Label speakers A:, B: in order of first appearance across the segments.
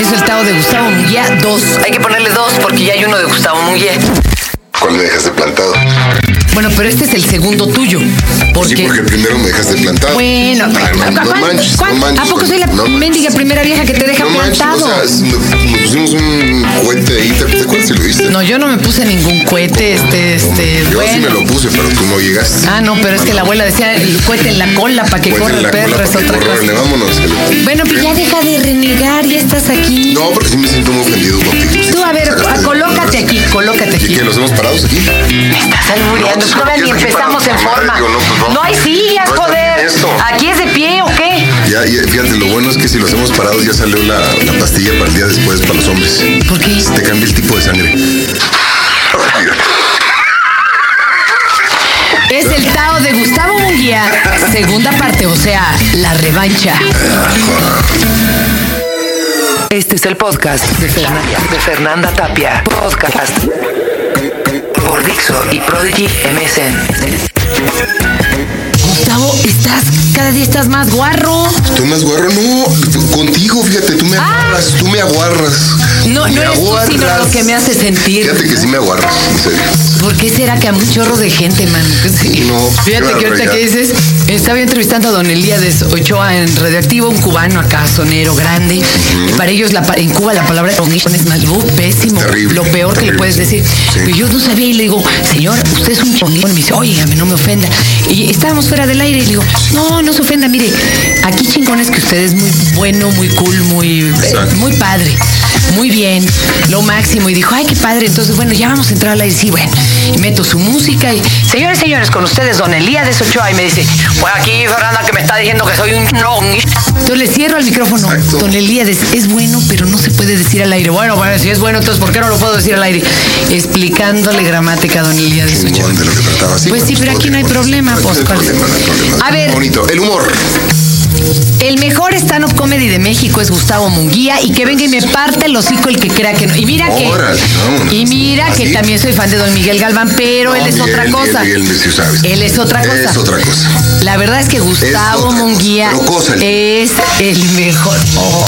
A: es el Tao de Gustavo Munguía 2. Hay que ponerle 2 porque ya hay uno de Gustavo Munguía.
B: ¿Cuál me dejaste plantado?
A: Bueno, pero este es el segundo tuyo. Porque...
B: Sí, porque primero me dejaste plantado.
A: Bueno,
B: Ah, no, no
A: ¿cuán-
B: manches,
A: cuán-
B: no manches.
A: ¿a poco soy la
B: No manches.
A: mendiga primera vieja que te deja
B: No manches,
A: plantado?
B: o sea, es- nos pusimos un cohete ahí, ¿te te acuerdas si lo viste?
A: No, yo no me puse ningún cohete, este, este.
B: Yo sí me
A: bueno.
B: lo puse, pero tú no llegaste.
A: Ah, no, pero es que la abuela decía el cohete en la cola para que
B: Cohete
A: corra
B: en
A: el
B: la cola
A: perro, es
B: para que
A: otra
B: corra,
A: cosa.
B: le vámonos.
A: Bueno, pues ya deja de renegar, ya estás aquí.
B: No, porque sí me siento muy ofendido contigo. sí.
A: Tú, a ver,
B: Sacaste de-
A: colócate aquí, colócate
B: ¿Y
A: aquí.
B: qué, los hemos parados aquí?
A: Me estás albureando,
B: No, pues,
A: todavía
B: ¿qué
A: ni
B: es aquí
A: empezamos en
B: para- madre,
A: forma.
B: digo, no, pues, no.
A: No hay sillas,
B: No está
A: joder.
B: bien esto.
A: ¿Aquí es de pie o qué?
B: Ya, ya, fíjate, lo bueno es que si los hemos parados ya salió la, la pastilla para el día después para los hombres.
A: ¿Por qué?
B: Te cambia el tipo de sangre.
A: Es el Tao de Gustavo Munguía, segunda parte, o sea, la revancha.
C: Este es el podcast de Fernanda, de Fernanda Tapia. Podcast por Dixo y Prodigy MSN.
A: Gustavo, estás, cada día estás más guarro.
B: Tú más guarro, no, contigo, fíjate, tú me aguarras, tú me aguarras.
A: Ah. No, no
B: Me
A: eres tú, sino lo
B: aguarras.
A: que me hace sentir.
B: Fíjate que sí me aguarras, en serio.
A: ¿Por qué será que a un chorro de gente, man? Sí.
B: No,
A: Fíjate
B: qué
A: que ahorita
B: barbaridad.
A: que dices, estaba yo entrevistando a don Elías Ochoa en Radioactivo, un cubano acá, sonero grande. Y para ellos, la, pa- en Cuba, la palabra congregación es mal, oh, pésimo,
B: Terrible,
A: lo peor que le
B: terrible,
A: puedes
B: sí.
A: decir.
B: Sí.
A: Pero yo no sabía y le digo, señor, usted es un chonguito. Y me dice, óigame, no me ofenda. Y estábamos fuera del aire y le digo, no, no se ofenda, mire, aquí chingón es que usted es muy bueno, muy cool, muy, eh,
B: Exacto.
A: muy padre, muy bien, lo máximo. Y dijo, ay, qué padre. Entonces, bueno, ya vamos a entrar al aire. Sí, bueno. Y meto su música y, señores, señores, con ustedes, don Elías de Ochoa. Y me dice, bueno, aquí Fernanda que me está diciendo que soy un no. Entonces le cierro al micrófono.
B: Exacto.
A: Don Elías, es bueno, pero no se puede decir al aire. Bueno, bueno, si es bueno, entonces, ¿por qué no lo puedo decir al aire? Explicándole gramática a don Elías de Ochoa.
B: Chingón de lo que trataba.
A: Pues sí, pero
B: todo
A: aquí no hay
B: bien,
A: problema,
B: aquí
A: pues,
B: no hay
A: ¿cuál?
B: problema, no hay problema.
A: A ver.
B: Bonito, el humor.
A: El mejor stand-up comedy de México es Gustavo Munguía y que venga y me parte el hocico el que crea que no. Y mira que.
B: Órale, vámonos.
A: y mira que
B: ¿Así?
A: también soy fan de don Miguel Galván, pero él es
B: Miguel,
A: otra cosa.
B: Miguel, Miguel, sí sabes.
A: Él es otra cosa.
B: Es otra cosa.
A: La verdad es que Gustavo
B: cosa,
A: Munguía
B: pero cosa.
A: es el mejor. Oh,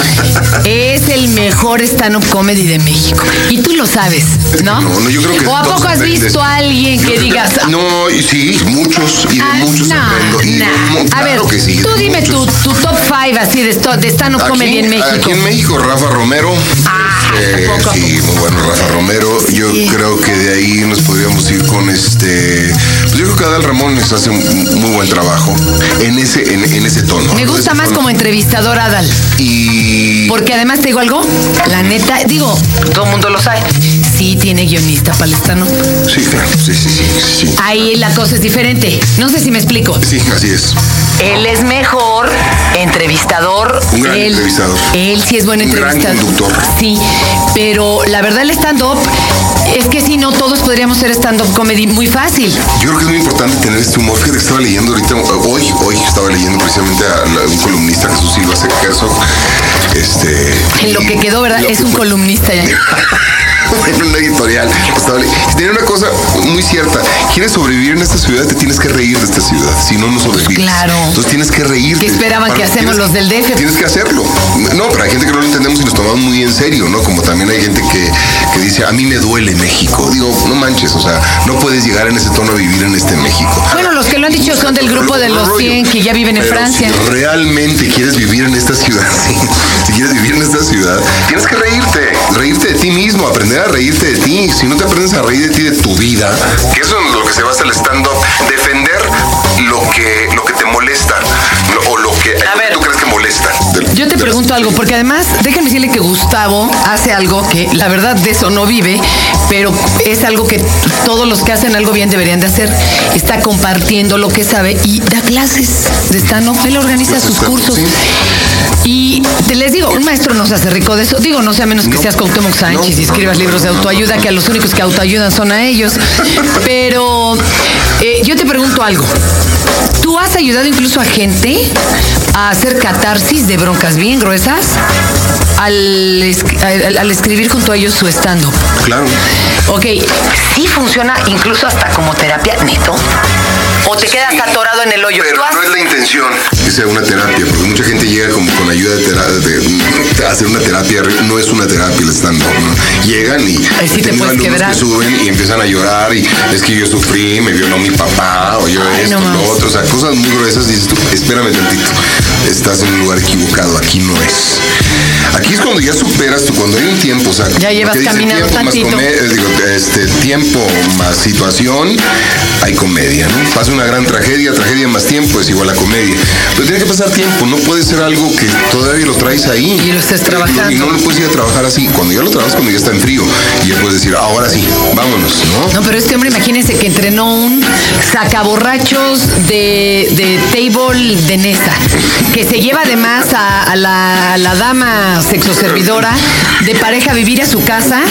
A: espérate. es el mejor stand-up comedy de México. Y tú lo sabes, ¿no?
B: No, no, yo creo que
A: ¿O a
B: todos
A: poco has
B: aprenden.
A: visto a alguien
B: Yo
A: que
B: creo
A: digas.
B: No, y sí, muchos, y de
A: Ah,
B: muchos
A: nah,
B: aprendo. y de
A: nah.
B: mu-
A: A ver,
B: claro que sí, de
A: tú dime tu,
B: muchos.
A: tu top 5 así de, esto- de stand-up comedy en México.
B: Aquí en México, Rafa Romero.
A: Ah,
B: Eh,
A: tampoco.
B: sí, muy bueno, Rafa Romero. Yo
A: Sí.
B: creo que de ahí nos podríamos ir con este. Pues yo creo que Adal Ramones hace un muy buen trabajo en ese, en, en ese tono.
A: Me
B: ¿no?
A: gusta
B: Ese
A: más
B: tono.
A: como entrevistador Adal,
B: Y.
A: porque además te digo algo, la neta, digo,
C: Todo el mundo lo sabe.
A: sí tiene guionista palestano.
B: Sí, claro, sí, sí, sí. Sí,
A: Ahí la cosa es diferente. No sé si me explico.
B: sí así es.
A: Él es mejor entrevistador.
B: Un gran
A: él,
B: entrevistador.
A: Él sí es buen
B: Un gran
A: entrevistador.
B: conductor.
A: Sí, pero la verdad el stand-up es que si no todos podríamos ser stand-up comedy muy fácil.
B: Yo creo que es muy importante tener este humor. Fíjate, estaba leyendo ahorita, hoy, hoy estaba leyendo precisamente a la- un columnista, Jesús Silva Secaso. Este.
A: En lo que quedó, ¿verdad?
B: Lo
A: Es
B: que
A: un
B: fue.
A: columnista ya.
B: en una editorial. Estaba le- y Tenía una cosa muy cierta. ¿Quieres sobrevivir en esta ciudad? Te tienes que reír de esta ciudad. Si no, no sobrevives.
A: Claro.
B: Entonces tienes que reírte.
A: ¿Qué esperaban que hacemos los del DF?
B: Tienes que hacerlo. No, pero hay gente que no lo entendemos y nos tomamos muy en serio, ¿no? Como también hay gente que, que dice, a mí me duele México. Digo, no manches, o sea, no puedes llegar en ese tono a vivir en este México.
A: Bueno, los que lo han dicho son del grupo de los 100 que ya viven en
B: Pero
A: Francia.
B: Si realmente quieres vivir en esta ciudad, sí, si quieres vivir en esta ciudad, tienes que reírte, reírte de ti mismo, aprender a reírte de ti. Si no te aprendes a reír de ti, de tu vida, que eso es lo que se basa el stand-up, defender lo que, lo que te molesta lo- o lo que lo que
C: ver.
B: tú crees que molesta. De-
A: Yo te
B: de-
A: pregunto algo, porque además, déjenme decirle que Gustavo hace algo que la verdad de eso no vive, pero es algo que todos los que hacen algo bien deberían de hacer. Está compartiendo lo que sabe y da clases de stand-up. Él organiza sus cursos.
B: Sí.
A: Y te les digo, un maestro no se hace rico de eso. Digo, no sea menos que
B: No.
A: seas Cuauhtémoc Sánchez y
B: No.
A: escribas libros de autoayuda, que a los únicos que autoayudan son a ellos. Pero eh, yo te pregunto algo. ¿Tú has ayudado incluso a gente a hacer catarsis de broncas bien gruesas al, es- al- al escribir junto a ellos su stand-up?
B: Claro.
A: Ok,
C: Sí funciona incluso hasta como terapia, neto.
A: o te quedas atorado en el hoyo.
B: Pero
A: Tú has-
B: no es la intención que sea una terapia, porque mucha gente llega con, con ayuda de, tera- de- de hacer una terapia, no es una terapia el stand-up, ¿no? Llegan y
A: Ahí sí te
B: tengo
A: puedes
B: alumnos
A: quebrar.
B: que suben y empiezan a llorar y es que yo sufrí, me violó mi papá, o yo
A: Ay,
B: esto,
A: no
B: lo
A: mames.
B: otro, o sea, cosas muy gruesas y dices tú, espérame tantito, estás en un lugar equivocado, aquí no es. Aquí es cuando ya superas tú, cuando hay un tiempo, o sea,
A: Ya
B: lo
A: llevas
B: que dice
A: caminando
B: tiempo más
A: tantito.
B: comer- eh, digo, este, tiempo más situación, hay comedia, ¿no? Pasa una gran tragedia, tragedia más tiempo es igual a comedia. Pero tiene que pasar tiempo, no puede ser algo que todavía lo traes ahí.
A: Y lo estés
B: Eh,
A: trabajando.
B: Y no lo puedes ir a trabajar así. Cuando ya lo trabajas, cuando ya está en frío, y ya puedes decir, "Ah, ahora sí, vámonos, ¿no?
A: No, pero este hombre, imagínense que entrenó un sacaborrachos de, de table de Nesa, que se lleva además a, a la, a la dama sexoservidora de pareja a vivir a su casa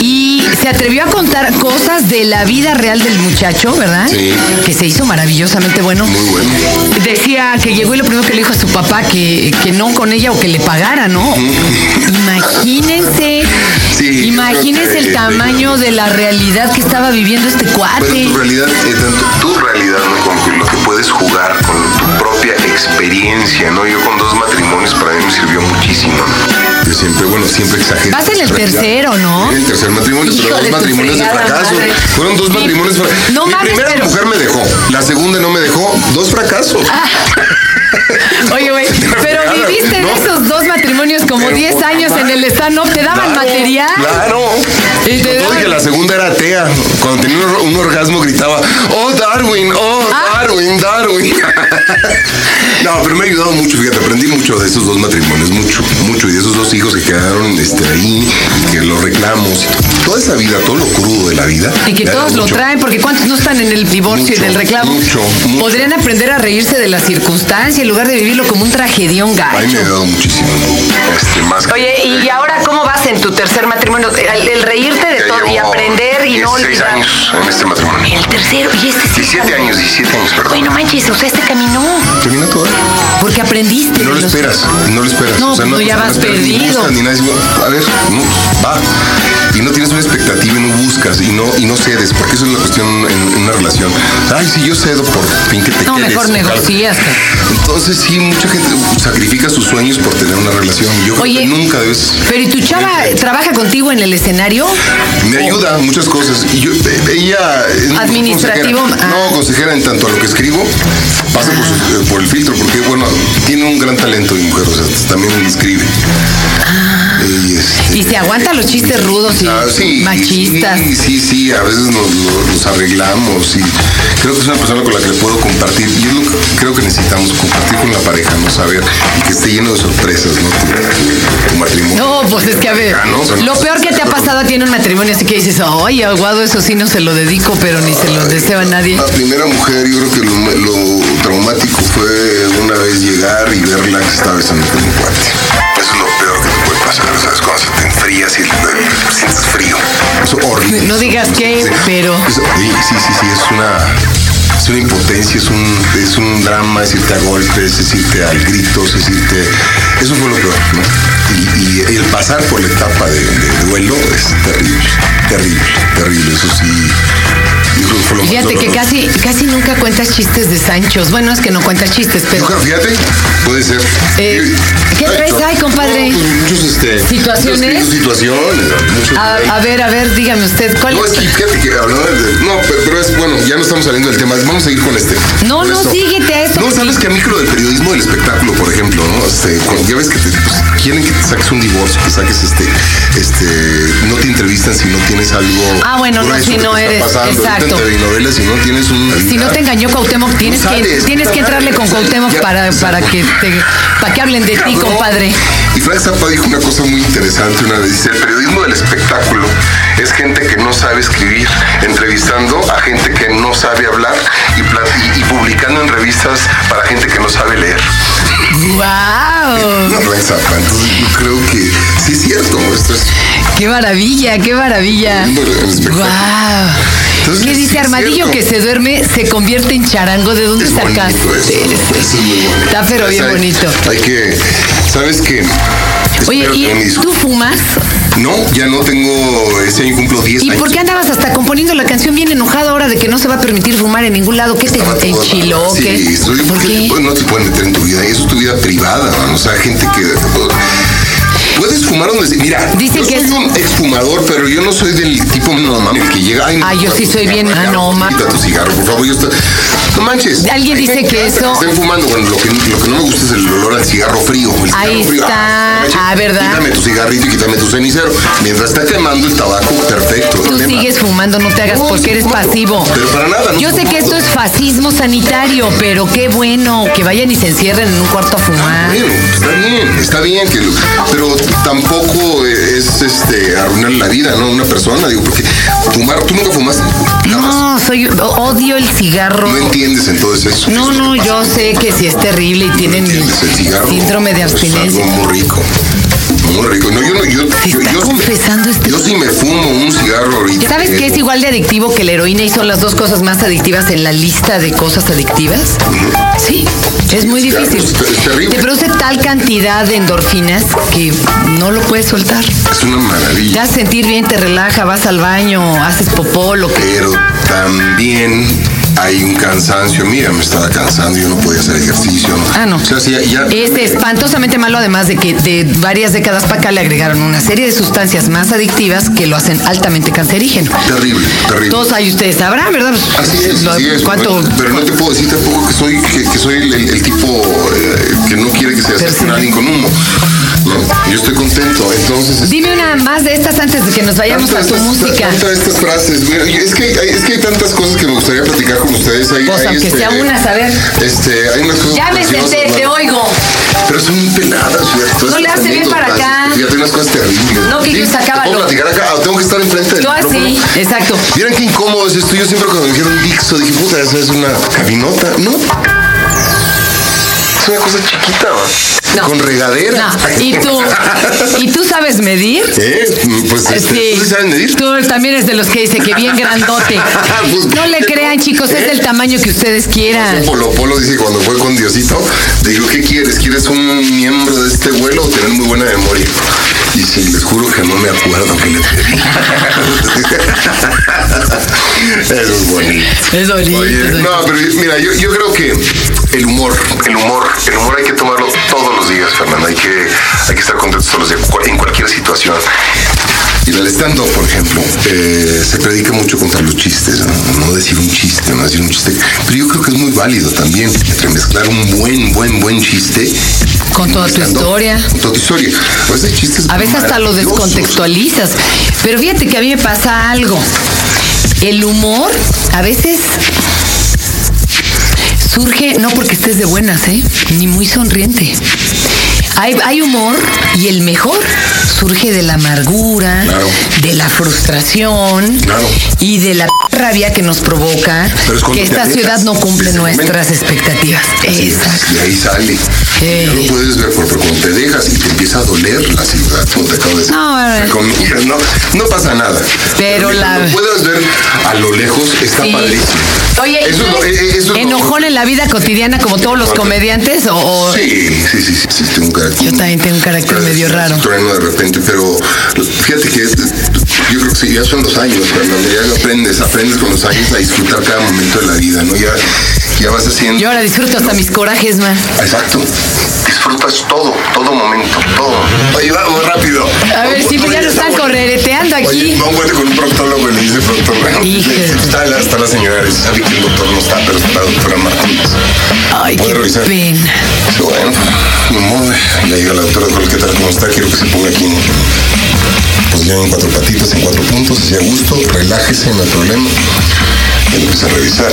A: y se atrevió a contar cosas de la vida real del muchacho, ¿verdad?
B: Sí.
A: Que se hizo maravillosamente bueno.
B: Muy bueno.
A: Decía que llegó y lo primero que le dijo a su papá que, que no con ella o que le pagara, ¿no? Imagínense,
B: Sí,
A: imagínense
B: yo creo que-
A: el tamaño de la realidad que estaba viviendo este
B: Pero
A: cuate.
B: tu realidad, eh, tanto tu realidad, ¿no? Como que lo que puedes jugar con tu propia experiencia, ¿no? Yo con dos matrimonios para mí me sirvió muchísimo. Yo siempre, bueno, siempre exagero.
A: Vas en el tercero, ¿no?
B: El tercer matrimonio, pero
A: Híjole,
B: dos
A: tu
B: matrimonios de
A: fregada
B: fracaso.
A: madre.
B: Fueron dos
A: Sí.
B: matrimonios de fracaso.
A: No
B: Mi
A: mames,
B: primera
A: pero-
B: mujer me dejó, la segunda no me dejó, dos fracasos. pues,
A: Oye, güey, pero
B: Nada,
A: viviste en
B: no.
A: esos dos matrimonios como
B: Pero, pues,
A: 10 años en el stand-up, te daban
B: Claro,
A: material.
B: Claro.
A: Y te
B: Todo y
A: daban-
B: que la segunda era atea. Cuando tenía un, or- un orgasmo gritaba, oh Darwin, oh
A: Ah.
B: Darwin, Darwin. no, pero me ha ayudado mucho, fíjate, aprendí mucho de esos dos matrimonios, mucho, mucho. Y de esos dos hijos que quedaron este, ahí y que los reclamos. y Toda esa vida, todo lo crudo de la vida.
A: Y que
B: me ha dado
A: todos lo
B: mucho.
A: traen, porque ¿cuántos no están en el divorcio y
B: Mucho,
A: en el reclamo? pues,
B: mucho, mucho.
A: Podrían aprender a reírse de la circunstancia en lugar de vivirlo como un tragedión
B: A mí
A: gacho.
B: me ha ayudado muchísimo. Este, más que-
A: Oye, ¿y ahora cómo vas en tu tercer matrimonio? El, el reírte de
B: Ya
A: todo y
B: llevo
A: aprender y no
B: 16
A: olvidar.
B: años en este matrimonio.
A: El tercero, y este sí.
B: 17 años, 17 años, perdón.
A: Bueno, manches, o sea, este caminó.
B: Termina todo.
A: Porque aprendiste.
B: ¿eh? No lo
A: de los-
B: esperas, no lo esperas.
A: No,
B: es
A: no,
B: una
A: ya
B: cosa
A: vas
B: que no esperas, ni
A: perdido.
B: buscas, ni nada, es, bueno, a ver, no, va. Y no tienes una expectativa y no buscas y no, y no cedes, porque eso es la cuestión en, en una relación. Ay, si yo cedo por fin que te
A: No,
B: quedes.
A: mejor
B: o tal.
A: negocias.
B: Entonces sí, mucha gente sacrifica sus sueños por tener una relación. Yo creo
A: Oye,
B: que nunca debes...
A: Pero ¿y tu chava trabaja contigo en el escenario?
B: Me
A: Oh.
B: ayuda en muchas cosas. Y yo, eh, ella es muy
A: Administrativo,
B: consejera.
A: ah.
B: No, consejera en tanto a lo que escribo, pasa por, su- eh, por el filtro, porque bueno, tiene un gran talento de mujer, o sea, también escribe. Y, este,
A: Y se aguanta los Ah. chistes rudos y
B: ah, sí,
A: machistas.
B: Sí, sí, sí, a veces nos lo- nos arreglamos y creo que es una persona con la que le puedo compartir. Yo es lo que creo que necesitamos compartir con la pareja, no saber y que esté lleno de sorpresas, ¿no? Tu, tu matrimonio.
A: No, pues es que a ver,
B: Ah, ¿no? O sea,
A: lo peor que te ha pasado tiene un matrimonio, así que dices, ay, aguado, eso sí no se lo dedico, pero ni se lo deseo a nadie.
B: La primera mujer, yo creo que lo, lo traumático fue una vez llegar y verla que estaba besando con un cuate. Eso es lo peor que te puede pasar, ¿sabes? Cuando se te enfrías y te sientes frío. Es horrible.
A: No digas qué, pero...
B: Es- sí, sí, sí, sí, es una, es una impotencia, es un, es un drama, es irte a golpes, es irte a gritos, es irte... Eso fue lo peor, ¿no? Y, y el pasar por la etapa de, de duelo es terrible, terrible, terrible, eso sí. yo creo que fue lo más
A: Fíjate que
B: doloroso.
A: casi, casi nunca cuentas chistes de Sanchos. Bueno, es que no cuentas chistes, pero...
B: Nunca, fíjate, puede ser.
A: Eh, ¿qué traes? Ay, compadre.
B: No, pues, muchos, este,
A: ¿Situaciones?
B: muchos crisis, situaciones. muchos-
A: A, a ver, a ver, dígame usted, ¿cuál
B: No, es
A: es?
B: que fíjate que hablando de- No, pe- pero, es bueno, ya no estamos saliendo del tema. Vamos a seguir con este.
A: No,
B: con
A: no,
B: esto.
A: síguete a eso.
B: No, sabes que a mí creo del periodismo del espectáculo, por ejemplo, ¿no? Este, cuando ya ves que te pues, quieren que te saques un divorcio, que saques este, este, no te entrevistan si no tienes algo.
A: Ah, bueno, no,
B: grueso
A: si
B: que te
A: no
B: está
A: eres-
B: pasando. Ahorita en
A: exacto.
B: telenovelas, si no tienes un.
A: Si no te engañó Cuauhtémoc, tienes que,
B: sales,
A: tienes que entrarle con Cuauhtémoc
B: Ya,
A: para,
B: exacto.
A: para que te, para que hablen de ti,
B: Cabrón.
A: compadre.
B: Y Frank Zappa dijo una cosa muy interesante una vez. Dice, el periodismo del espectáculo es gente que no sabe escribir, entrevistando a gente que no sabe hablar y, pla- y- y publicando en revistas para gente que no sabe leer.
A: ¡Wow!
B: Frank Zappa, entonces yo creo que sí es cierto. Esto es...
A: ¡Qué maravilla, qué maravilla!
B: Bueno, el espectáculo.
A: ¡Wow!
B: Entonces,
A: Ah. ¿Qué
B: sí
A: dice
B: es
A: Armadillo
B: cierto.
A: que se duerme, se convierte en charango? ¿De dónde
B: Es bonito
A: sacaste?
B: eso,
A: ese?
B: eso es muy bonito.
A: Está pero bien
B: Hay-
A: bonito.
B: Hay que, sabes que
A: Oye,
B: Espero tener mi
A: ¿y
B: disco.
A: tú fumas?
B: No, ya no tengo. Este año cumplo 10
A: ¿Y
B: años.
A: por qué andabas hasta componiendo la canción bien enojado ahora de que no se va a permitir fumar en ningún lado? ¿Qué te
B: Estaba todo-
A: enchiló?
B: Sí,
A: ¿Qué?
B: estoy-
A: ¿Por
B: porque
A: qué?
B: pues, no te pueden meter en tu vida. Eso es tu vida privada, man. O sea, gente que. Puedes fumar donde se- Mira,
A: Dice
B: yo
A: que
B: soy
A: es-
B: un exfumador, pero yo no soy del tipo no mames que llega. Ay, no,
A: Ay, yo
B: quita
A: sí
B: tu
A: soy
B: cigarro,
A: bien-
B: ya,
A: ah, no, ma-
B: quita tu cigarro, por favor, yo estoy- No manches.
A: Alguien
B: Hay
A: dice
B: gente
A: que
B: hasta
A: eso-
B: Estén fumando. Bueno, lo que, lo que no me gusta es el olor al cigarro frío. el cigarro
A: Ahí
B: frío.
A: está.
B: manches,
A: Ah, ¿verdad?
B: Quítame tu cigarrito y quítame tu cenicero. Mientras está quemando el tabaco, perfecto.
A: Tú
B: problema.
A: sigues fumando, no te hagas
B: No,
A: porque eres
B: no,
A: pasivo.
B: Pero para nada. no
A: Yo sé que esto es fascismo sanitario, pero qué bueno que vayan y se encierren en un cuarto a fumar.
B: Bueno, está bien, está bien, que lo- pero tampoco es este arruinar la vida, ¿no? a Una persona, digo, porque fumar, tú nunca fumaste, jamás.
A: No, soy o- odio el cigarro.
B: No entiendes entonces eso.
A: No, no, yo sé que sí es terrible y tienen
B: entiendes el cigarro.
A: síndrome de
B: Es algo
A: abstinencia.
B: muy rico. Muy rico. No, yo no, yo,
A: Se
B: yo,
A: está
B: yo sí me-
A: confesando este-
B: yo sí me fumo un cigarro ahorita.
A: ¿Sabes que es igual de adictivo que la heroína y son las dos cosas más adictivas en la lista de cosas adictivas? Sí, es muy
B: Claro,
A: difícil.
B: es ter- es terrible.
A: Te produce tal cantidad de endorfinas que no lo puedes soltar.
B: Es una maravilla.
A: Te hace sentir bien, te relaja, vas al baño, haces popó, lo que...
B: pero también hay un cansancio. Mira, me estaba cansando, yo no podía hacer ejercicio.
A: Ah, no.
B: O sea, sí, ya,
A: Es espantosamente malo, además de que de varias décadas para acá le agregaron una serie de sustancias más adictivas que lo hacen altamente cancerígeno.
B: terrible, terrible.
A: Todos ahí ustedes sabrán, ¿verdad?
B: Así es,
A: Lo-
B: así es. pues.
A: ¿Cuánto?
B: Pero no te puedo decir tampoco que soy, que, que soy el, el- el tipo eh, que no quiere que se acerque
A: Percibe.
B: a alguien con humo. No, yo estoy contento. Entonces,
A: Dime una más de estas antes de que nos vayamos a tu
B: tantas-
A: música.
B: tantas estas frases. Mira, Es que, hay, es que hay tantas cosas que me gustaría platicar con ustedes. Hay,
A: Pues,
B: hay,
A: aunque sea unas, a ver.
B: Este, hay unas cosas.
A: Ya me
B: preciosas,
A: senté,
B: ¿no?
A: te oigo.
B: Pero son muy peladas, fíjate. todas
A: No le
B: estas
A: hace bien para
B: anécdotas.
A: acá.
B: Fíjate, unas cosas terribles.
A: No, que yo sacaba
B: ¿te puedo
A: lo-
B: platicar acá? ¿O tengo que estar enfrente del
A: Tú así,
B: micrófono?
A: exacto.
B: Vieron qué incómodo es esto. Yo siempre cuando me dijeron Dixo dije, puta, esa es una cabinota. No. Es una cosa chiquita, va.
A: No.
B: Con regadera.
A: No, ¿Y tú? ¿Y tú sabes medir?
B: ¿Eh? Pues este, ¿tú sí sabes medir?
A: Tú también es de los que dice que bien grandote.
B: Pues,
A: No le
B: ¿qué no?
A: crean, chicos, es
B: ¿Eh?
A: del tamaño que ustedes quieran.
B: Polo Polo dice que cuando fue con Diosito, le digo, ¿qué quieres? ¿Quieres un miembro de este vuelo o tener muy buena memoria? Y sí, les juro que no me acuerdo que le pedí. Eso es bonito.
A: Es bonito.
B: Oye,
A: es bonito.
B: no, pero mira, yo, yo creo que el humor, el humor, el humor hay que tomarlo todos los días, Fernando. Hay que, hay que estar contentos todos los días, cu- en cualquier situación. Y el stand-up, por ejemplo, eh, se predica mucho contra los chistes, ¿no? No decir un chiste, no decir un chiste. Pero yo creo que es muy válido también entremezclar un buen, buen, buen chiste.
A: Con toda tu
B: stand-up,
A: historia.
B: Con toda tu historia. A veces hay chistes
A: A veces hasta lo
B: maravillosos.
A: descontextualizas. Pero fíjate que a mí me pasa algo. El humor a veces surge no porque estés de buenas, ¿eh? Ni muy sonriente. Hay, hay humor y el mejor surge de la amargura,
B: Claro.
A: de la frustración
B: Claro.
A: y de la rabia que nos provoca
B: Pero es cuando
A: que
B: te
A: esta
B: alejas
A: ciudad no cumple
B: de ese momento.
A: nuestras expectativas.
B: Así es,
A: Exacto.
B: Y ahí sale.
A: Ey.
B: Ya lo puedes ver, porque cuando te dejas y te empieza a doler la ciudad, como te acabo de decir.
A: No, a ver.
B: entre comillas, no, no pasa nada.
A: Pero la-
B: Lo puedes ver a lo lejos, está
A: Sí.
B: padrísimo.
A: Oye, ¿y tú
B: eso, es lo-
A: eres
B: eh, eh, eso es lo-
A: enojón en la vida cotidiana como todos los comediantes o, o-
B: Sí, sí, sí, sí, sí, tengo un carácter.
A: Yo también tengo un carácter medio raro.
B: Trueno de repente, pero fíjate que es- yo creo que sí, ya son los años, Fernando, ya aprendes, aprendes con los años a disfrutar cada momento de la vida, ¿no? Ya, ya vas haciendo.
A: yo ahora disfruto hasta mis corajes, man.
B: Exacto. Disfrutas todo, todo momento, todo. Oye, vamos rápido.
A: A ver, sí, pues ya nos están correreteando
B: Oye,
A: aquí.
B: va un güey con un proctólogo y le dice proctólogo.
A: Híjole.
B: Está la, está la señora, dice, sabe que el doctor no está, pero está la doctora Martínez.
A: Ay,
B: ¿Puedo
A: qué
B: revisar?
A: pena.
B: Dice, bueno, ni modo. Le digo a la doctora, doctora, ¿qué tal? ¿Cómo está? Quiero que se ponga aquí en posición en cuatro patitas, en cuatro puntos, así a gusto, relájese, no hay problema. Y lo empieza a revisar.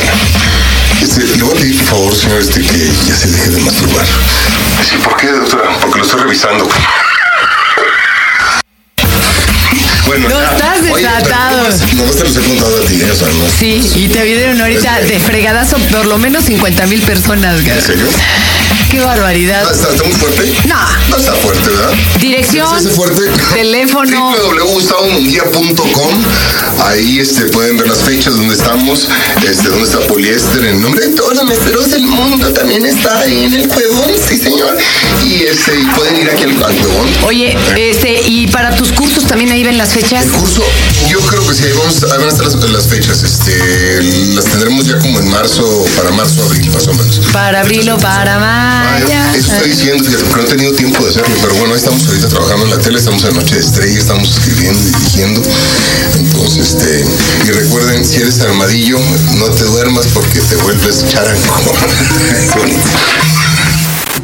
B: Este, le voy a pedir, por favor, señor, este, que ya se deje de masturbar. Sí, ¿por qué, doctora? Porque lo estoy revisando. Bueno,
A: No,
B: ya.
A: estás
B: Oye, pero
A: desatado.
B: nomás- Nomás te los he contado a ti, ¿eh? o sea, no es-
A: Sí, y te vieron ahorita de fregadazo por lo menos 50 mil personas, güey.
B: ¿En serio?
A: Qué barbaridad.
B: ¿Está, está- está muy fuerte?
A: No.
B: No está fuerte, ¿verdad?
A: Dirección,
B: ¿Se hace fuerte?
A: teléfono.
B: www.gustavomunguía.com Ahí este, pueden ver las fechas donde estamos, este, donde está poliéster, el nombre de todos los meseros del mundo también está ahí en el cuevón, sí señor. Y este, y pueden ir aquí al, al cuevón.
D: Oye, este, ¿y para tus cursos también ahí ven las fechas?
B: El curso, yo creo que sí, ahí, vamos, ahí van a estar las, las fechas. Este, las tendremos ya como en marzo, para marzo, abril, más o menos.
D: Para abril o para
B: Ah,
D: mayo.
B: Eso estoy diciendo, fíjate, porque no he tenido tiempo de hacerlo, pero bueno, ahí estamos ahorita trabajando en la tele, estamos en Noche de Estrella, estamos escribiendo, dirigiendo. Entonces, este, y recuerden, si eres armadillo, no te duermas porque te vuelves charanco.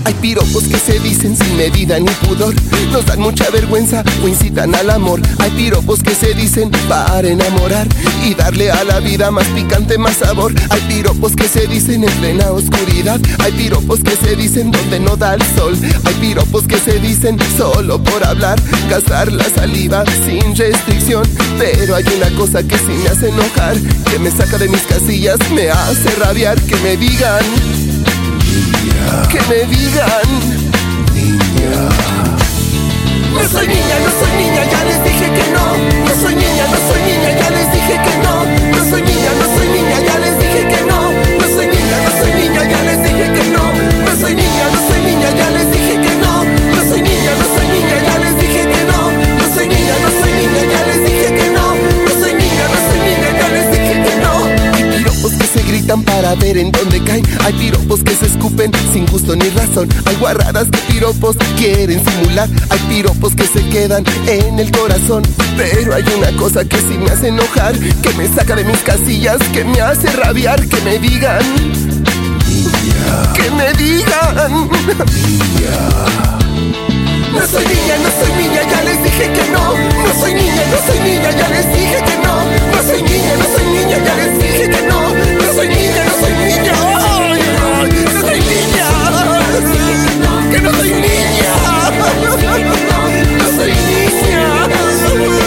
E: Hay piropos que se dicen sin medida ni pudor, nos dan mucha vergüenza o incitan al amor. Hay piropos que se dicen para enamorar y darle a la vida más picante, más sabor. Hay piropos que se dicen en plena oscuridad. Hay piropos que se dicen donde no da el sol. Hay piropos que se dicen solo por hablar, cazar la saliva sin restricción. Pero hay una cosa que sí me hace enojar, que me saca de mis casillas, me hace rabiar, que me digan que me digan No soy niña, no soy niña, ya les dije que no No soy niña, no soy niña, ya les dije que no No soy niña, no soy niña, ya les dije que no No soy niña, no soy niña, ya les dije que no No soy niña, no soy niña, ya les dije que no No soy niña, no soy niña, ya les dije que no No soy niña, no soy niña, ya les dije que no No soy niña, no soy niña, ya les dije que no Hay piropos que se gritan para ver en dónde caen Hay piropos que se escupen sin gusto ni razón Hay guarradas que piropos quieren simular Hay piropos que se quedan en el corazón Pero hay una cosa que sí me hace enojar Que me saca de mis casillas, que me hace rabiar Que me digan Que me digan no soy niña, no soy niña, ya les dije que no. No soy niña, no soy niña, ya les dije que no. No soy niña, no soy niña, ya les dije que no. No soy niña, no soy niña. Ay, ay, no soy niña. Que no soy niña. No soy niña. No soy niña. No soy niña.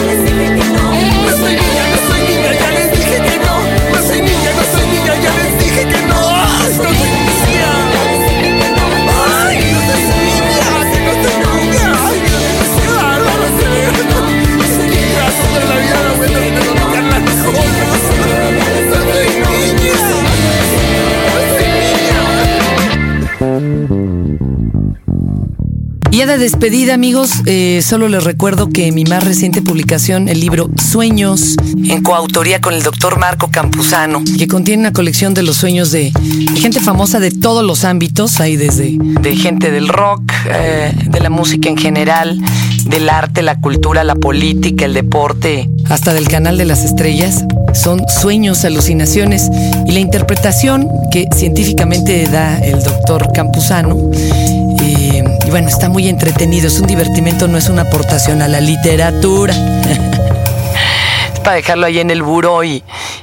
E: No soy niña, no soy niña, ya les dije que no. No soy niña, no soy niña, ya les dije que no. Ay, no soy niña. Ay, no soy niña, que no soy niña. Ay, qué bárbaro, qué lindo. No soy niña, sobre la vida, la buena, la buena, la buena. No soy niña. No soy niña.
A: Y ya de despedida, amigos, eh, solo les recuerdo que mi más reciente publicación, el libro Sueños, en coautoría con el doctor Marco Campuzano, que contiene una colección de los sueños de gente famosa de todos los ámbitos, ahí desde de gente del rock, eh, de la música en general, del arte, la cultura, la política, el deporte, hasta del canal de las estrellas. Son sueños, alucinaciones y la interpretación que científicamente da el doctor Campuzano. Eh, y bueno, está muy entretenido, es un divertimento, no es una aportación a la literatura. es para dejarlo ahí en el buró y,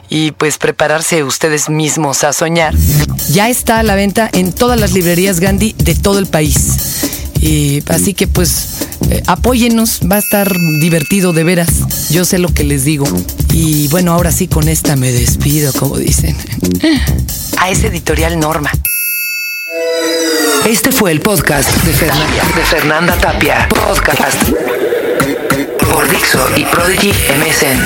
A: y pues prepararse ustedes mismos a soñar. Ya está a la venta en todas las librerías Gandhi de todo el país. Y así que pues eh, apóyennos, va a estar divertido de veras. Yo sé lo que les digo. Y bueno, ahora sí con esta me despido, como dicen. A ese editorial Norma.
F: Este fue el podcast de Fernanda, de Fernanda Tapia. Podcast por Dixo y Prodigy MSN.